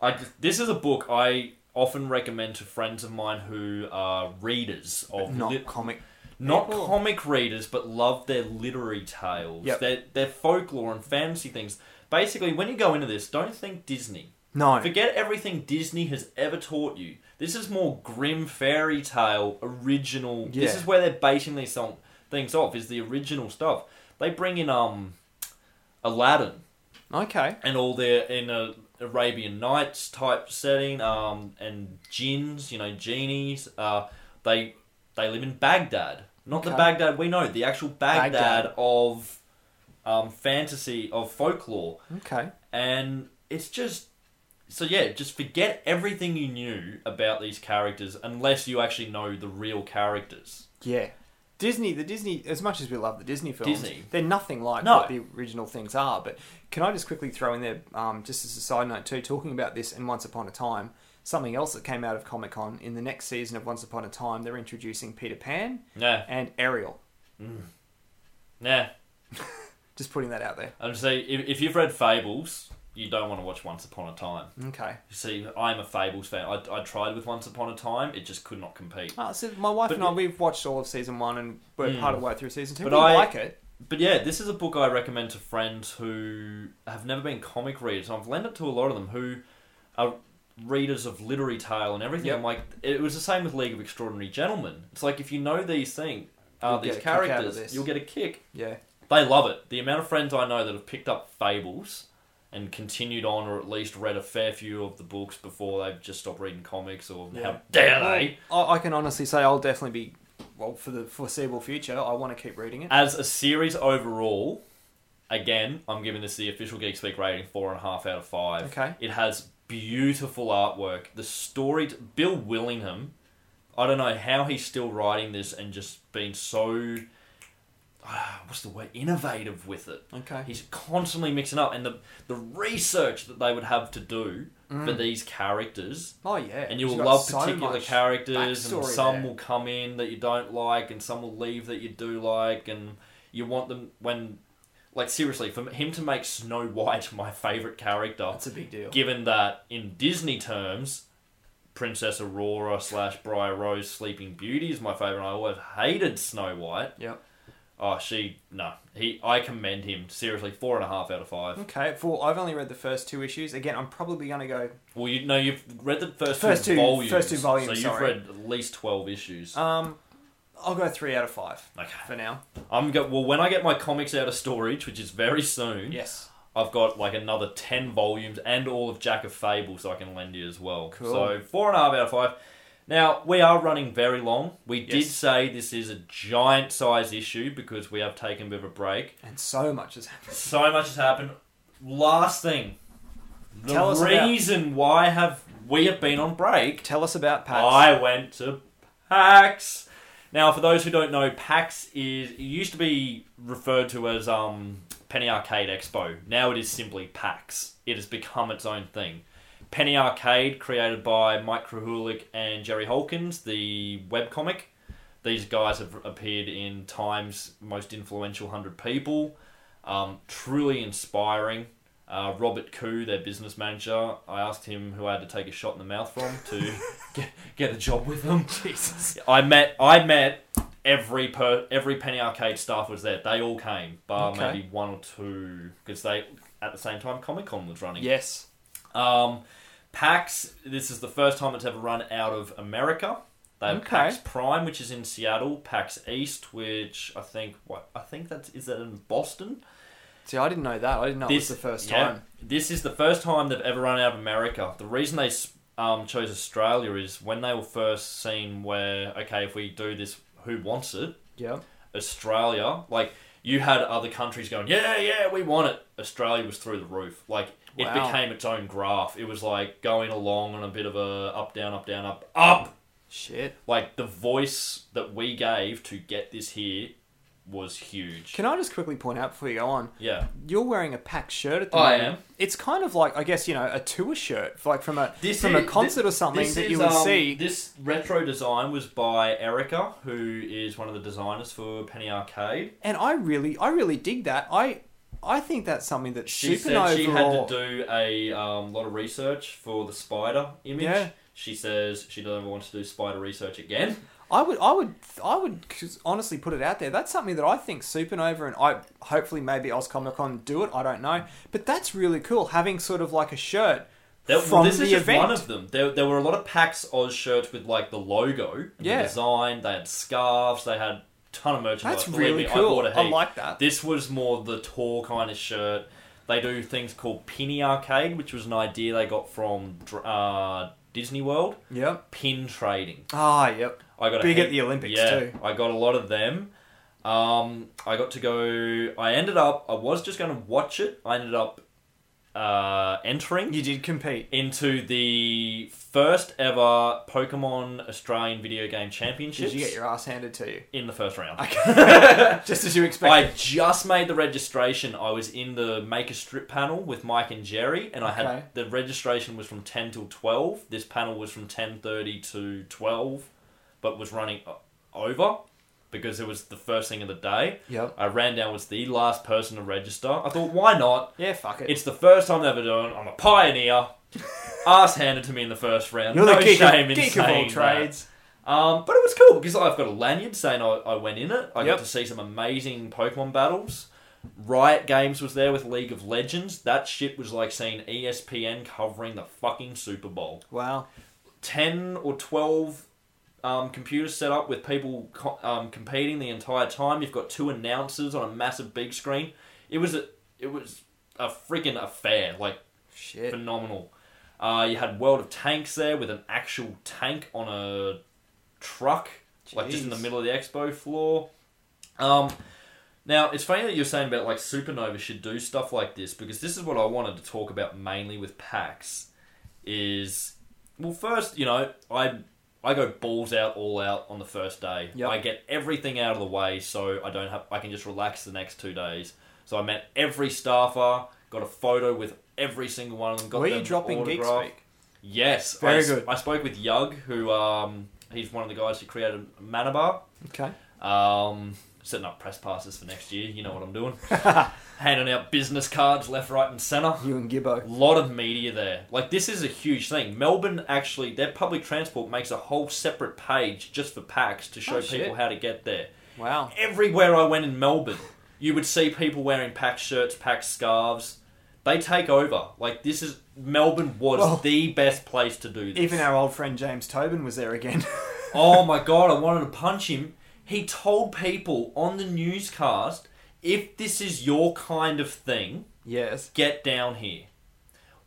Speaker 1: I just- this is a book I often recommend to friends of mine who are readers of
Speaker 2: Not
Speaker 1: lit-
Speaker 2: comic.
Speaker 1: not
Speaker 2: people.
Speaker 1: comic readers, but love their literary tales,
Speaker 2: Yep.
Speaker 1: their their folklore and fantasy things. Basically, when you go into this, don't think Disney.
Speaker 2: No.
Speaker 1: Forget everything Disney has ever taught you. This is more grim fairy tale, original. This
Speaker 2: Yeah.
Speaker 1: is where they're basing these song, things off, is the original stuff. They bring in um, Aladdin
Speaker 2: Okay.
Speaker 1: and all their in a Arabian Nights type setting, um, and jinns, you know, genies. Uh, they they live in Baghdad, not the
Speaker 2: Okay.
Speaker 1: Baghdad we know, the actual Baghdad,
Speaker 2: Baghdad.
Speaker 1: of um, fantasy of folklore
Speaker 2: Okay.
Speaker 1: and it's just so yeah just forget everything you knew about these characters unless you actually know the real characters
Speaker 2: Yeah. Disney, the Disney, as much as we love the Disney films,
Speaker 1: Disney.
Speaker 2: they're nothing like
Speaker 1: No.
Speaker 2: what the original things are. But can I just quickly throw in there, um, just as a side note too, talking about this and Once Upon a Time, something else that came out of Comic Con in the next season of Once Upon a Time, they're introducing Peter Pan
Speaker 1: nah
Speaker 2: and Ariel.
Speaker 1: nah
Speaker 2: Just putting that out there.
Speaker 1: i'm say if, if you've read fables you don't want to watch once upon a time
Speaker 2: Okay.
Speaker 1: You see i'm a fables fan I, I tried with once upon a time it just could not compete
Speaker 2: Ah, so my wife
Speaker 1: But
Speaker 2: and I,
Speaker 1: you-
Speaker 2: we've watched all of season one and we're
Speaker 1: Hmm.
Speaker 2: part of the way through season two.
Speaker 1: But
Speaker 2: we
Speaker 1: I-
Speaker 2: like it.
Speaker 1: but yeah this is a book i recommend to friends who have never been comic readers and i've lent it to a lot of them who are readers of literary tale and everything
Speaker 2: Yep.
Speaker 1: i'm like it was the same with league of extraordinary gentlemen it's like if you know these things uh,
Speaker 2: You'll
Speaker 1: these
Speaker 2: get a kick out of
Speaker 1: characters
Speaker 2: this.
Speaker 1: you'll get a kick
Speaker 2: Yeah.
Speaker 1: they love it the amount of friends i know that have picked up fables and continued on or at least read a fair few of the books before they've just stopped reading comics or how dare they
Speaker 2: Well, I, I can honestly say I'll definitely be, well, for the foreseeable future, I want to keep reading it.
Speaker 1: As a series overall, again, I'm giving this the official Geek Speak rating four and a half out of five.
Speaker 2: Okay.
Speaker 1: It has beautiful artwork. The story, Bill Willingham, I don't know how he's still writing this and just being so, ah, what's the word, innovative with it.
Speaker 2: Okay.
Speaker 1: He's constantly mixing up, and the the research that they would have to do
Speaker 2: Mm.
Speaker 1: for these characters
Speaker 2: Oh yeah,
Speaker 1: and you'll
Speaker 2: She's got
Speaker 1: love
Speaker 2: so
Speaker 1: particular
Speaker 2: much
Speaker 1: characters, and
Speaker 2: backstory
Speaker 1: some
Speaker 2: there.
Speaker 1: will come in that you don't like, and some will leave that you do like, and you want them when, like, seriously, for him to make Snow White my favorite character,
Speaker 2: That's a big deal.
Speaker 1: given that in Disney terms, Princess Aurora slash Briar Rose Sleeping Beauty is my favorite. I always hated Snow White.
Speaker 2: Yep.
Speaker 1: Oh, she no, he. I commend him seriously. Four and a half out of five.
Speaker 2: Okay, for I've only read the first two issues. Again, I'm probably going to go.
Speaker 1: Well, you know you've read the first,
Speaker 2: First
Speaker 1: two,
Speaker 2: two-
Speaker 1: volumes.
Speaker 2: first two volumes,
Speaker 1: So you've
Speaker 2: sorry.
Speaker 1: read at least twelve issues.
Speaker 2: Um, I'll go three out of five
Speaker 1: Okay.
Speaker 2: for now.
Speaker 1: I'm go- well when I get my comics out of storage, which is very soon.
Speaker 2: Yes.
Speaker 1: I've got like another ten volumes and all of Jack of Fables I can lend you as well.
Speaker 2: Cool.
Speaker 1: So four and a half out of five. Now we are running very long. We did
Speaker 2: Yes.
Speaker 1: say this is a giant size issue because we have taken a bit of a break.
Speaker 2: And so much has happened.
Speaker 1: So much has happened. Last thing, the
Speaker 2: Tell us about-
Speaker 1: reason why have we have been on break
Speaker 2: Tell us about Pat.
Speaker 1: I went to PAX. Now, for those who don't know, PAX is it used to be referred to as um, Penny Arcade Expo. Now it is simply PAX. It has become its own thing. Penny Arcade, created by Mike Krahulik and Jerry Holkins, the webcomic. These guys have appeared in Time's most influential 100 people. Um, truly inspiring. Uh, Robert Koo, their business manager, I asked him who I had to take a shot in the mouth from to get, get a job with them.
Speaker 2: Jesus.
Speaker 1: I met I met every per every Penny Arcade staff was there. They all came, bar
Speaker 2: Okay.
Speaker 1: maybe one or two, because they at the same time Comic Con was running.
Speaker 2: Yes.
Speaker 1: Um, PAX. This is the first time it's ever run out of America. They have
Speaker 2: Okay.
Speaker 1: PAX Prime, which is in Seattle. PAX East, which I think what I think that's is that in Boston.
Speaker 2: See, I didn't know that. I didn't know
Speaker 1: This-
Speaker 2: it was the first
Speaker 1: yeah.
Speaker 2: time.
Speaker 1: This is the first time they've ever run out of America. The reason they um, chose Australia is when they were first seen where, okay, if we do this, who wants it?
Speaker 2: Yeah.
Speaker 1: Australia, like, you had other countries going, yeah, yeah, we want it. Australia was through the roof. Like, it
Speaker 2: Wow.
Speaker 1: became its own graph. It was like going along on a bit of a up, down, up, down, up, up.
Speaker 2: Shit.
Speaker 1: Like, the voice that we gave to get this here was huge.
Speaker 2: Can I just quickly point out before you go on?
Speaker 1: yeah.
Speaker 2: You're wearing a pack shirt at the
Speaker 1: I
Speaker 2: moment.
Speaker 1: am.
Speaker 2: It's kind of like, I guess, you know, a tour shirt, like from a
Speaker 1: This
Speaker 2: from
Speaker 1: is-
Speaker 2: a concert or
Speaker 1: this-
Speaker 2: something
Speaker 1: this
Speaker 2: that
Speaker 1: is,
Speaker 2: you would
Speaker 1: um,
Speaker 2: see.
Speaker 1: This retro design was by Erica, who is one of the designers for Penny Arcade.
Speaker 2: and I really, I really dig that. I, I think that's something that
Speaker 1: She
Speaker 2: Supernova.
Speaker 1: said she
Speaker 2: or-
Speaker 1: had to do a um, lot of research for the spider image.
Speaker 2: Yeah.
Speaker 1: She says she never wants to do spider research again.
Speaker 2: I would, I would, I would c- honestly put it out there. That's something that I think Supernova and I hopefully maybe Oz Comic Con do it. I don't know, but that's really cool having sort of like a shirt
Speaker 1: That, well,
Speaker 2: from
Speaker 1: this
Speaker 2: the
Speaker 1: is just
Speaker 2: event.
Speaker 1: one of them. There, there were a lot of PAX Oz shirts with like the logo, and
Speaker 2: Yeah.
Speaker 1: the design. They had scarves. They had a ton of merchandise.
Speaker 2: that's
Speaker 1: Believe
Speaker 2: really
Speaker 1: me, I
Speaker 2: cool.
Speaker 1: bought a
Speaker 2: I,
Speaker 1: heap.
Speaker 2: like that.
Speaker 1: This was more the tour kind of shirt. They do things called Penny Arcade, which was an idea they got from dr- uh, Disney World.
Speaker 2: Yep.
Speaker 1: Pin trading.
Speaker 2: Ah, yep.
Speaker 1: I got a
Speaker 2: Big
Speaker 1: heap-
Speaker 2: at the Olympics, too.
Speaker 1: I got a lot of them. Um, I got to go. I ended up. I was just going to watch it. I ended up uh, entering
Speaker 2: You did compete.
Speaker 1: into the first ever Pokemon Australian video game championships
Speaker 2: Did you get your ass handed to you?
Speaker 1: in the first round.
Speaker 2: Just as you expected.
Speaker 1: I just made the registration. I was in the make a strip panel with Mike and Jerry, and I had
Speaker 2: Okay.
Speaker 1: the registration was from ten till twelve. This panel was from ten thirty to twelve, but was running o- over because it was the first thing of the day.
Speaker 2: Yep.
Speaker 1: I ran down was the last person to register. I thought, why not?
Speaker 2: Yeah, fuck it.
Speaker 1: It's the first time they've ever done. it. I'm a pioneer. Ass handed to me in the first round.
Speaker 2: You're
Speaker 1: no
Speaker 2: the geek,
Speaker 1: shame
Speaker 2: of,
Speaker 1: in
Speaker 2: geek of
Speaker 1: saying
Speaker 2: all
Speaker 1: that.
Speaker 2: trades.
Speaker 1: Um, but it was cool because I've got a lanyard saying I, I went in it. I got
Speaker 2: Yep.
Speaker 1: to see some amazing Pokemon battles. Riot Games was there with League of Legends. That shit was like seeing E ESPN covering the fucking Super Bowl.
Speaker 2: Wow.
Speaker 1: 10 or 12 um, computers set up with people co- um, competing the entire time. You've got two announcers on a massive big screen. It was a, it was a freaking affair. Like
Speaker 2: Shit.
Speaker 1: phenomenal. Uh, you had World of Tanks there with an actual tank on a truck, like just in the
Speaker 2: Jeez.
Speaker 1: middle of the expo floor. Um, now it's funny that you're saying about like Supernova should do stuff like this because this is what I wanted to talk about mainly with PAX. Is well, first you know I I go balls out all out on the first day.
Speaker 2: Yep.
Speaker 1: I get everything out of the way so I don't have I can just relax the next two days. So I met every staffer, got a photo with every single one of them. Got
Speaker 2: Were you
Speaker 1: them
Speaker 2: dropping Geek
Speaker 1: autograph.
Speaker 2: Speak?
Speaker 1: Yes,
Speaker 2: Very
Speaker 1: I s-
Speaker 2: good.
Speaker 1: I spoke with Yug, who um, he's one of the guys who created Manabar.
Speaker 2: Okay.
Speaker 1: Um, setting up press passes for next year. You know what I'm doing. Handing out business cards left, right, and centre.
Speaker 2: You and
Speaker 1: A
Speaker 2: Gibbo.
Speaker 1: lot of media there. Like this is a huge thing. Melbourne actually, their public transport makes a whole separate page just for packs to show
Speaker 2: Oh, shit.
Speaker 1: people how to get there.
Speaker 2: Wow.
Speaker 1: Everywhere I went in Melbourne, you would see people wearing pack shirts, pack scarves. They take over. Like this is Melbourne was
Speaker 2: Well-
Speaker 1: the best place to do this.
Speaker 2: Even our old friend James Tobin was there again.
Speaker 1: oh my god, I wanted to punch him. He told people on the newscast, if this is your kind of thing,
Speaker 2: Yes.
Speaker 1: get down here.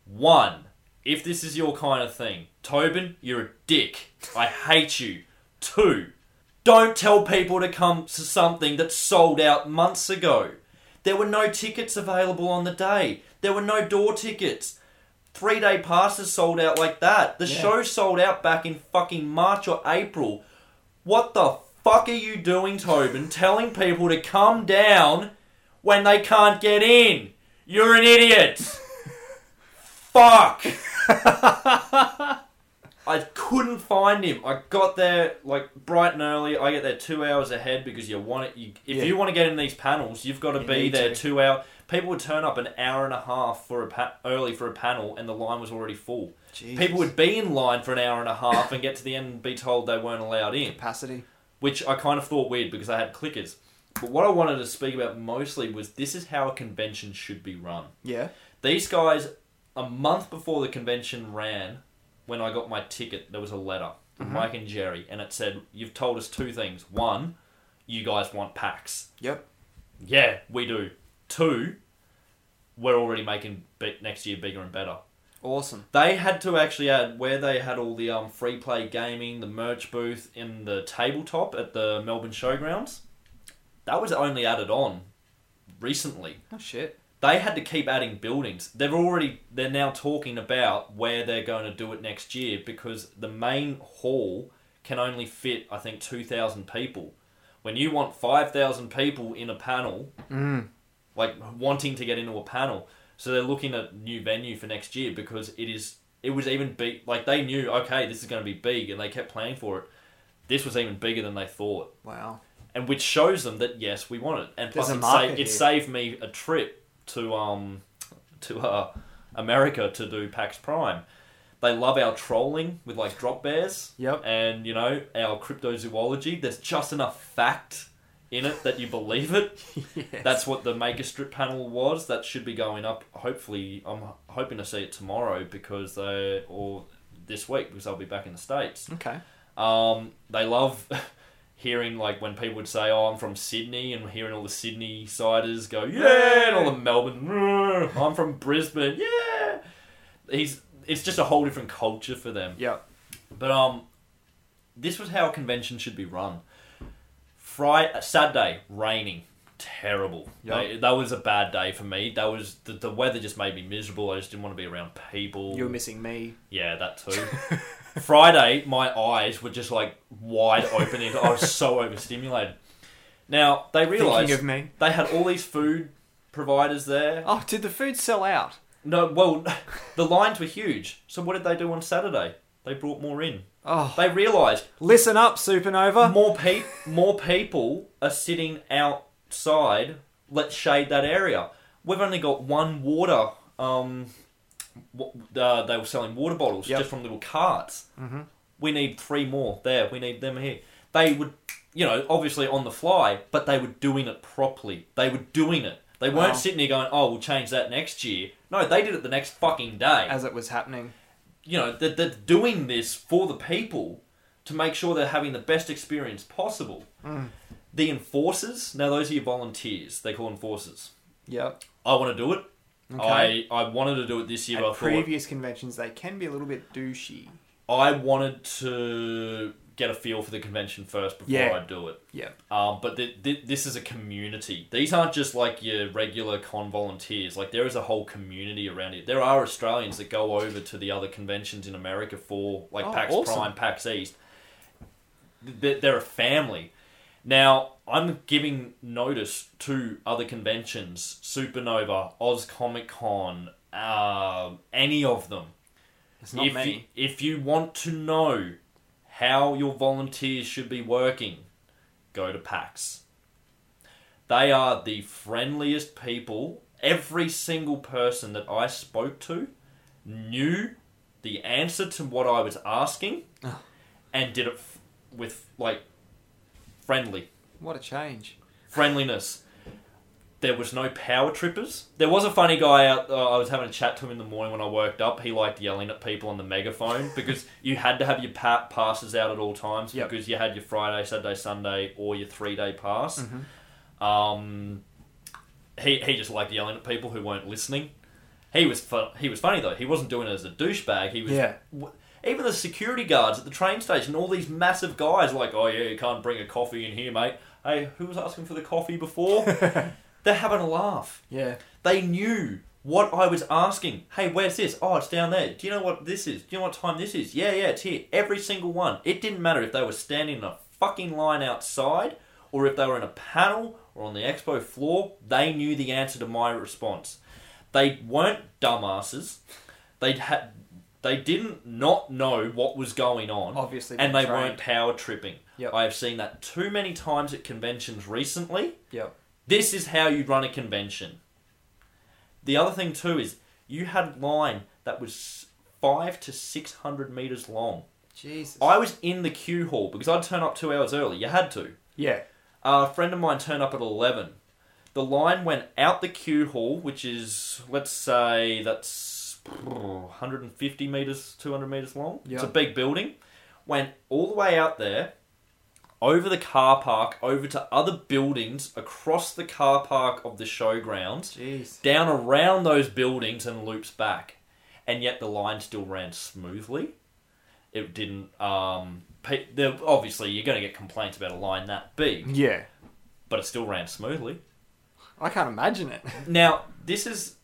Speaker 1: One, if this is your kind of thing, Tobin, you're a dick. I hate you. Two, don't tell people to come to something that sold out months ago. There were no tickets available on the day, there were no door tickets. Three day passes sold out like that. The
Speaker 2: Yeah.
Speaker 1: show sold out back in fucking March or April. What the fuck are you doing, Tobin? Telling people to come down when they can't get in. You're an idiot. Fuck. I couldn't find him. I got there like bright and early. I get there two hours ahead because you want it. You, if
Speaker 2: Yeah.
Speaker 1: you want to get in these panels, you've got to
Speaker 2: You
Speaker 1: be
Speaker 2: need
Speaker 1: there
Speaker 2: to.
Speaker 1: two hours. People would turn up an hour and a half for a pa- early for a panel, and the line was already full.
Speaker 2: Jesus.
Speaker 1: People would be in line for an hour and a half and get to the end and be told they weren't allowed in
Speaker 2: capacity.
Speaker 1: which I kind of thought weird because I had clickers. But what I wanted to speak about mostly was this is how a convention should be run.
Speaker 2: Yeah.
Speaker 1: These guys, a month before the convention ran, when I got my ticket, there was a letter from Mike and Jerry, and it said, You've told us two things. One, you guys want packs.
Speaker 2: Yep.
Speaker 1: Yeah, we do. Two, we're already making bi- next year bigger and better.
Speaker 2: Awesome.
Speaker 1: They had to actually add where they had all the um, free play gaming, the merch booth, and the tabletop at the Melbourne Showgrounds. That was only added on recently.
Speaker 2: Oh shit.
Speaker 1: They had to keep adding buildings. They've already they're now talking about where they're going to do it next year because the main hall can only fit I think two thousand people. When you want five thousand people in a panel,
Speaker 2: Mm.
Speaker 1: like wanting to get into a panel. So they're looking at new venue for next year because it is it was even big. Like they knew, okay, this is going to be big, and they kept planning for it. This was even bigger than they thought,
Speaker 2: Wow.
Speaker 1: and which shows them that yes, we want it. And plus,
Speaker 2: There's
Speaker 1: it,
Speaker 2: a
Speaker 1: sa-
Speaker 2: market
Speaker 1: it
Speaker 2: here.
Speaker 1: saved me a trip to um to uh America to do PAX Prime. They love our trolling with like drop bears.
Speaker 2: Yep.
Speaker 1: And you know our cryptozoology. There's just enough fact in it that you believe it. That's what the Maker Strip panel was. That should be going up. Hopefully, I'm hoping to see it tomorrow because they or this week because I'll be back in the states.
Speaker 2: okay.
Speaker 1: Um, they love hearing like when people would say, "Oh, I'm from Sydney," and hearing all the Sydney siders go, "Yeah," and all the Melbourne, "Rrr." "I'm from Brisbane," "Yeah." He's it's just a whole different culture for them.
Speaker 2: Yep.
Speaker 1: But um, this was how a convention should be run. Friday, Saturday, raining, terrible.
Speaker 2: Yep.
Speaker 1: They- that was a bad day for me. That was the, the weather just made me miserable. I just didn't want to be around people.
Speaker 2: You're missing me.
Speaker 1: yeah, that too. Friday, my eyes were just like wide open. and I was so overstimulated. Now they realized
Speaker 2: Thinking of me.
Speaker 1: they had all these food providers there.
Speaker 2: Oh, did the food sell out?
Speaker 1: No, well, the lines were huge. So what did they do on Saturday? They brought more in.
Speaker 2: Oh,
Speaker 1: They realized
Speaker 2: listen up, Supernova.
Speaker 1: more pe- more people are sitting outside. Let's shade that area. We've only got one water. Um, w- uh, they were selling water bottles
Speaker 2: Yep.
Speaker 1: just from little carts. Mm-hmm. We need three more there. We need them here. They would, you know, obviously on the fly, but they were doing it properly. They were doing it. They weren't
Speaker 2: Wow.
Speaker 1: sitting there going, "Oh, we'll change that next year." No, they did it the next fucking day
Speaker 2: As it was happening.
Speaker 1: you know that they're doing this for the people to make sure they're having the best experience possible.
Speaker 2: Mm.
Speaker 1: The enforcers now those are your volunteers. They call enforcers.
Speaker 2: Yep.
Speaker 1: I want to do it.
Speaker 2: Okay.
Speaker 1: I I wanted to do it this year. but I
Speaker 2: At
Speaker 1: thought
Speaker 2: previous conventions, they can be a little bit douchey.
Speaker 1: I wanted to get a feel for the convention first before
Speaker 2: Yeah.
Speaker 1: I do it.
Speaker 2: Yep.
Speaker 1: Um, but th- th- this is a community. These aren't just like your regular con volunteers. Like there is a whole community around it. There are Australians that go over to the other conventions in America for like
Speaker 2: Oh,
Speaker 1: PAX
Speaker 2: awesome.
Speaker 1: Prime, PAX East. Th- They're a family. Now I'm giving notice to other conventions: Supernova, Oz Comic Con, uh, any of them
Speaker 2: It's not
Speaker 1: if
Speaker 2: many.
Speaker 1: You, if you want to know how your volunteers should be working, go to PAX. They are the friendliest people. Every single person that I spoke to knew the answer to what I was asking
Speaker 2: Ah.
Speaker 1: and did it f- with like friendly
Speaker 2: What a change.
Speaker 1: friendliness. there was no power trippers. There was a funny guy out. Uh, I was having a chat to him in the morning when I worked up. He liked yelling at people on the megaphone because you had to have your pa- passes out at all times
Speaker 2: Yep.
Speaker 1: because you had your Friday, Saturday, Sunday, or your three day pass.
Speaker 2: Mm-hmm. Mm.
Speaker 1: Um, he he just liked yelling at people who weren't listening. He was fu- he was funny though. He wasn't doing it as a douchebag. He was
Speaker 2: Yeah.
Speaker 1: w- even the security guards at the train station. All these massive guys like, oh yeah, you can't bring a coffee in here, mate. Hey, who was asking for the coffee before? They're having a laugh.
Speaker 2: Yeah.
Speaker 1: They knew what I was asking. Hey, where's this? Oh, it's down there. Do you know what this is? Do you know what time this is? Yeah, yeah, it's here. Every single one. It didn't matter if they were standing in a fucking line outside or if they were in a panel or on the expo floor. They knew the answer to my response. They weren't dumbasses. They had. They didn't not know what was going on.
Speaker 2: Obviously
Speaker 1: and
Speaker 2: been
Speaker 1: they
Speaker 2: Oh, trained.
Speaker 1: weren't power tripping.
Speaker 2: Yep.
Speaker 1: I have seen that too many times at conventions recently.
Speaker 2: Yep.
Speaker 1: This is how you run a convention. The other thing too is you had line that was five to six hundred meters long.
Speaker 2: Jesus.
Speaker 1: I was in the queue hall because I'd turn up two hours early. You had to.
Speaker 2: yeah.
Speaker 1: Uh, a friend of mine turned up at eleven. The line went out the queue hall, which is let's say that's 150 meters, 200 meters long. It's a
Speaker 2: Yeah.
Speaker 1: big building. Went all the way out there, over the car park, over to other buildings, across the car park of the showgrounds
Speaker 2: Jeez.
Speaker 1: down around those buildings and loops back. And yet the line still ran smoothly. It didn't. Um, pe- there, obviously, you're going to get complaints about a line that big,
Speaker 2: Yeah.
Speaker 1: but it still ran smoothly.
Speaker 2: I can't imagine it.
Speaker 1: Now, this is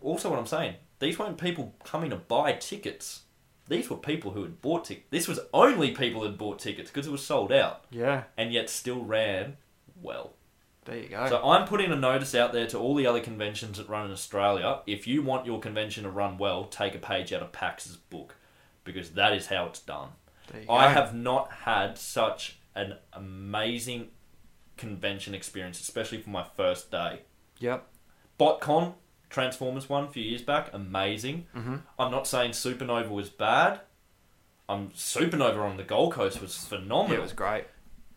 Speaker 1: also what I'm saying. These weren't people coming to buy tickets. These were people who had bought tickets. This was only people who had bought tickets because it was sold out,
Speaker 2: Yeah.
Speaker 1: and yet still ran well.
Speaker 2: There you go.
Speaker 1: So I'm putting a notice out there to all the other conventions that run in Australia. If you want your convention to run well, take a page out of Pax's book because that is how it's done.
Speaker 2: there you
Speaker 1: I
Speaker 2: go.
Speaker 1: have not had such an amazing convention experience, especially for my first day.
Speaker 2: Yep.
Speaker 1: BotCon Transformers one a few years back, amazing.
Speaker 2: Mhm.
Speaker 1: I'm not saying Supernova was bad. I'm Supernova on the Gold Coast was phenomenal.
Speaker 2: It was great.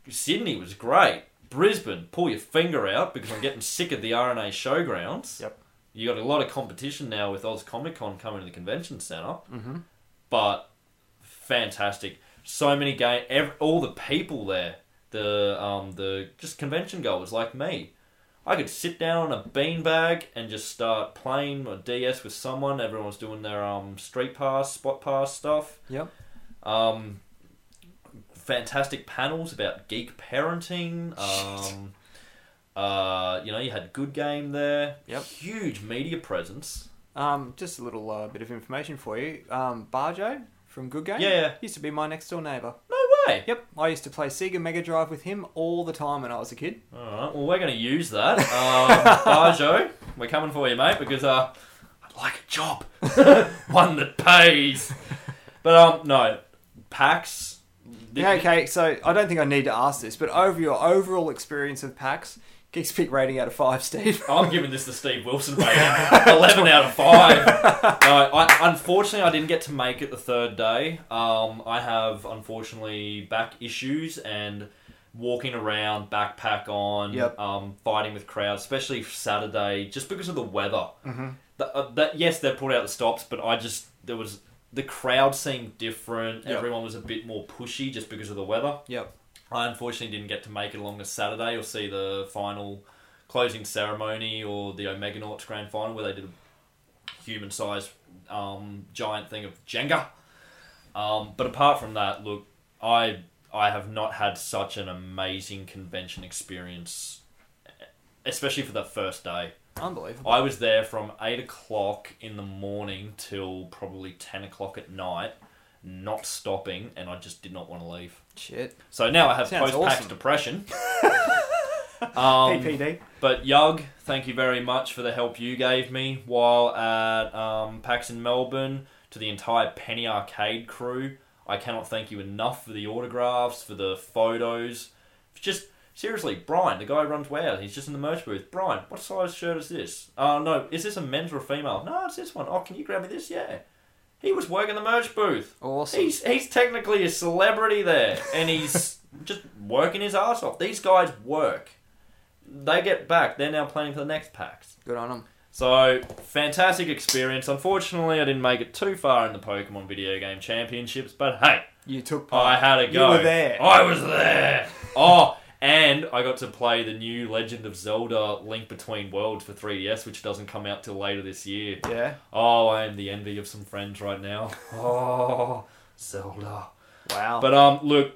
Speaker 1: Sydney was great. Brisbane, pull your finger out because I'm getting sick of the RNA showgrounds.
Speaker 2: Yep.
Speaker 1: You got a lot of competition now with Oz Comic Con coming to the convention center,
Speaker 2: Mm-hmm.
Speaker 1: but fantastic. So many game, ev all the people there, the um, the just convention goers like me. I could sit down on a beanbag and just start playing a DS with someone. Everyone's doing their um street pass, spot pass stuff.
Speaker 2: Yep.
Speaker 1: Um, fantastic panels about geek parenting. Um, uh, you know, you had Good Game there.
Speaker 2: Yep.
Speaker 1: Huge media presence.
Speaker 2: Um, just a little uh, bit of information for you. Um, Barjo from Good Game.
Speaker 1: Yeah, yeah.
Speaker 2: Used to be my next door neighbour.
Speaker 1: No way.
Speaker 2: Yep. I used to play Sega Mega Drive with him all the time when I was a kid.
Speaker 1: All right. Well, we're going to use that. Um, Barjo, we're coming for you, mate, because uh, I'd like a job, one that pays. But um, no, PAX.
Speaker 2: Yeah, okay, so I don't think I need to ask this, but over your overall experience of PAX, Geeks Peak rating out of five, Steve.
Speaker 1: I'm giving this to Steve Wilson rating. Eleven out of five. No, I, unfortunately, I didn't get to make it the third day. Um, I have unfortunately back issues and walking around, backpack on,
Speaker 2: Yep.
Speaker 1: um, fighting with crowds, especially Saturday, just because of the weather.
Speaker 2: Mm-hmm.
Speaker 1: The- uh, that- yes, they pulled out the stops, but I just there was the crowd seemed different.
Speaker 2: Yep.
Speaker 1: Everyone was a bit more pushy just because of the weather.
Speaker 2: Yep.
Speaker 1: I unfortunately didn't get to make it along the Saturday or see the final closing ceremony or the Omeganauts grand final where they did a human sized um, giant thing of Jenga. Um, but apart from that, look, I I have not had such an amazing convention experience, especially for that first day.
Speaker 2: Unbelievable.
Speaker 1: I was there from eight o'clock in the morning till probably ten o'clock at night, not stopping, and I just did not want to leave.
Speaker 2: Shit.
Speaker 1: So now I have
Speaker 2: Sounds
Speaker 1: post-PAX
Speaker 2: awesome.
Speaker 1: depression. um,
Speaker 2: PPD.
Speaker 1: but Yug, thank you very much for the help you gave me while at um, PAX in Melbourne. To the entire Penny Arcade crew, I cannot thank you enough for the autographs, for the photos. Just seriously, Brian, the guy who runs Wow, he's just in the merch booth. Brian, what size shirt is this? Uh, no, is this a men's or a female? No, it's this one. Oh, can you grab me this? Yeah. He was working the merch booth.
Speaker 2: Awesome.
Speaker 1: He's he's technically a celebrity there, and he's just working his ass off. These guys work. they get back. They're now planning for the next PAX.
Speaker 2: Good on them.
Speaker 1: So, fantastic experience. Unfortunately, I didn't make it too far in the Pokemon Video Game Championships, but hey,
Speaker 2: You took
Speaker 1: Oh, I
Speaker 2: part.
Speaker 1: had a go.
Speaker 2: Oh, You were there.
Speaker 1: I was there. Oh, and I got to play the new Legend of Zelda Link Between Worlds for 3DS, which doesn't come out till later this year.
Speaker 2: yeah.
Speaker 1: Oh, I am the envy of some friends right now. Oh, Zelda.
Speaker 2: Wow.
Speaker 1: But um, look,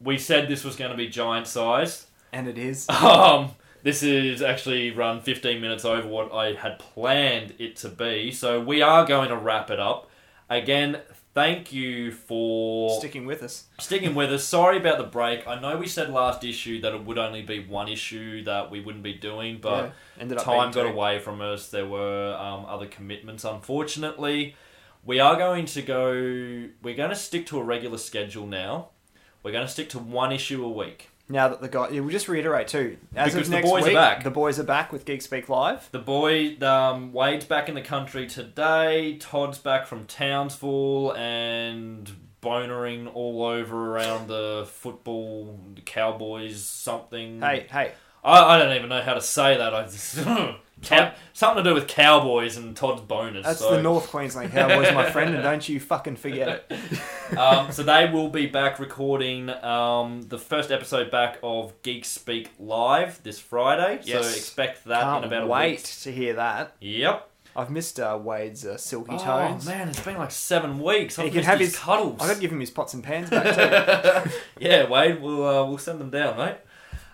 Speaker 1: we said this was going to be giant sized.
Speaker 2: and it is.
Speaker 1: Um, this is actually run 15 minutes over what I had planned it to be, so we are going to wrap it up. Again, thank you for
Speaker 2: Sticking with us.
Speaker 1: sticking with us. Sorry about the break. I know we said last issue that it would only be one issue that we wouldn't be doing, but
Speaker 2: Yeah. ended up
Speaker 1: time
Speaker 2: being
Speaker 1: got
Speaker 2: two.
Speaker 1: away from us. There were um, other commitments, unfortunately. We are going to go. We're going to stick to a regular schedule now. We're going to stick to one issue a week.
Speaker 2: Now that the guy, yeah, we'll just reiterate too. As
Speaker 1: Because
Speaker 2: of
Speaker 1: the
Speaker 2: next
Speaker 1: boys are
Speaker 2: week,
Speaker 1: back.
Speaker 2: the boys are back with Geek Speak Live.
Speaker 1: The boy um, Wade's back in the country today. Todd's back from Townsville and bonering all over around the football Cowboys something.
Speaker 2: Hey, hey,
Speaker 1: I, I don't even know how to say that. I just, cow, something to do with cowboys and Todd's bonus.
Speaker 2: that's
Speaker 1: so.
Speaker 2: the North Queensland Cowboys, my friend, and don't you fucking forget it.
Speaker 1: um, so they will be back recording um, the first episode back of Geek Speak Live this Friday.
Speaker 2: Yes.
Speaker 1: So expect that
Speaker 2: Can't
Speaker 1: in about a
Speaker 2: wait
Speaker 1: week.
Speaker 2: to hear that.
Speaker 1: Yep.
Speaker 2: I've missed uh, Wade's uh, silky
Speaker 1: Oh
Speaker 2: tones.
Speaker 1: man, it's been like seven weeks. I've
Speaker 2: He
Speaker 1: he
Speaker 2: could have
Speaker 1: his,
Speaker 2: his-
Speaker 1: cuddles.
Speaker 2: I got to give him his pots and pans back too.
Speaker 1: yeah, Wade, we'll uh, we'll send them down, mate.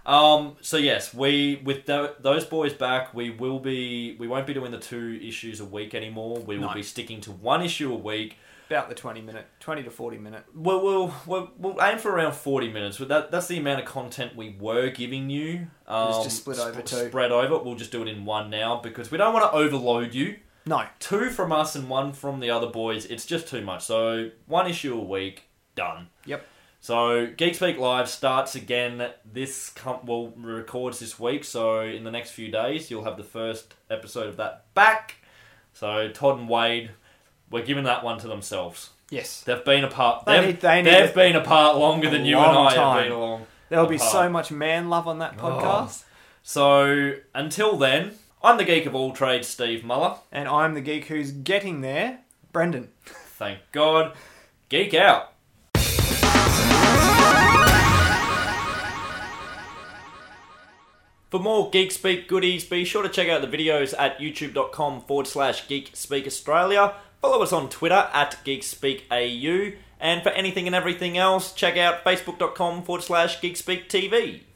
Speaker 1: Um, so yes, we with tho- those boys back, we will be we won't be doing the two issues a week anymore. We will
Speaker 2: No.
Speaker 1: be sticking to one issue a week.
Speaker 2: About the twenty minute, twenty to forty minute.
Speaker 1: Well, we'll, we'll, we'll aim for around 40 minutes, but that, that's the amount of content we were giving you. Um,
Speaker 2: It's just split over two.
Speaker 1: Spread over. We'll just do it in one now because we don't want to overload you.
Speaker 2: No,
Speaker 1: Two from us and one from the other boys, it's just too much. So, one issue a week, done.
Speaker 2: Yep.
Speaker 1: So, Geek Speak Live starts again this, com- well, records this week. So, in the next few days, you'll have the first episode of that back. So, Todd and Wade, we're giving that one to themselves.
Speaker 2: yes,
Speaker 1: They've been apart.
Speaker 2: They
Speaker 1: They've,
Speaker 2: need- they need
Speaker 1: they've
Speaker 2: a-
Speaker 1: been apart longer
Speaker 2: a
Speaker 1: than you and
Speaker 2: long
Speaker 1: I have
Speaker 2: time.
Speaker 1: been along.
Speaker 2: there'll be
Speaker 1: Apart.
Speaker 2: so much man love on that
Speaker 1: Oh.
Speaker 2: podcast.
Speaker 1: So until then, I'm the geek of all trades, Steve Muller.
Speaker 2: And I'm the geek who's getting there, Brendan.
Speaker 1: Thank God. Geek out. For more Geek Speak goodies, be sure to check out the videos at youtube.com forward slash Geek Speak Australia. Follow us on Twitter at Geek Speak AU. And for anything and everything else, check out facebook.com forward slash Geek Speak TV.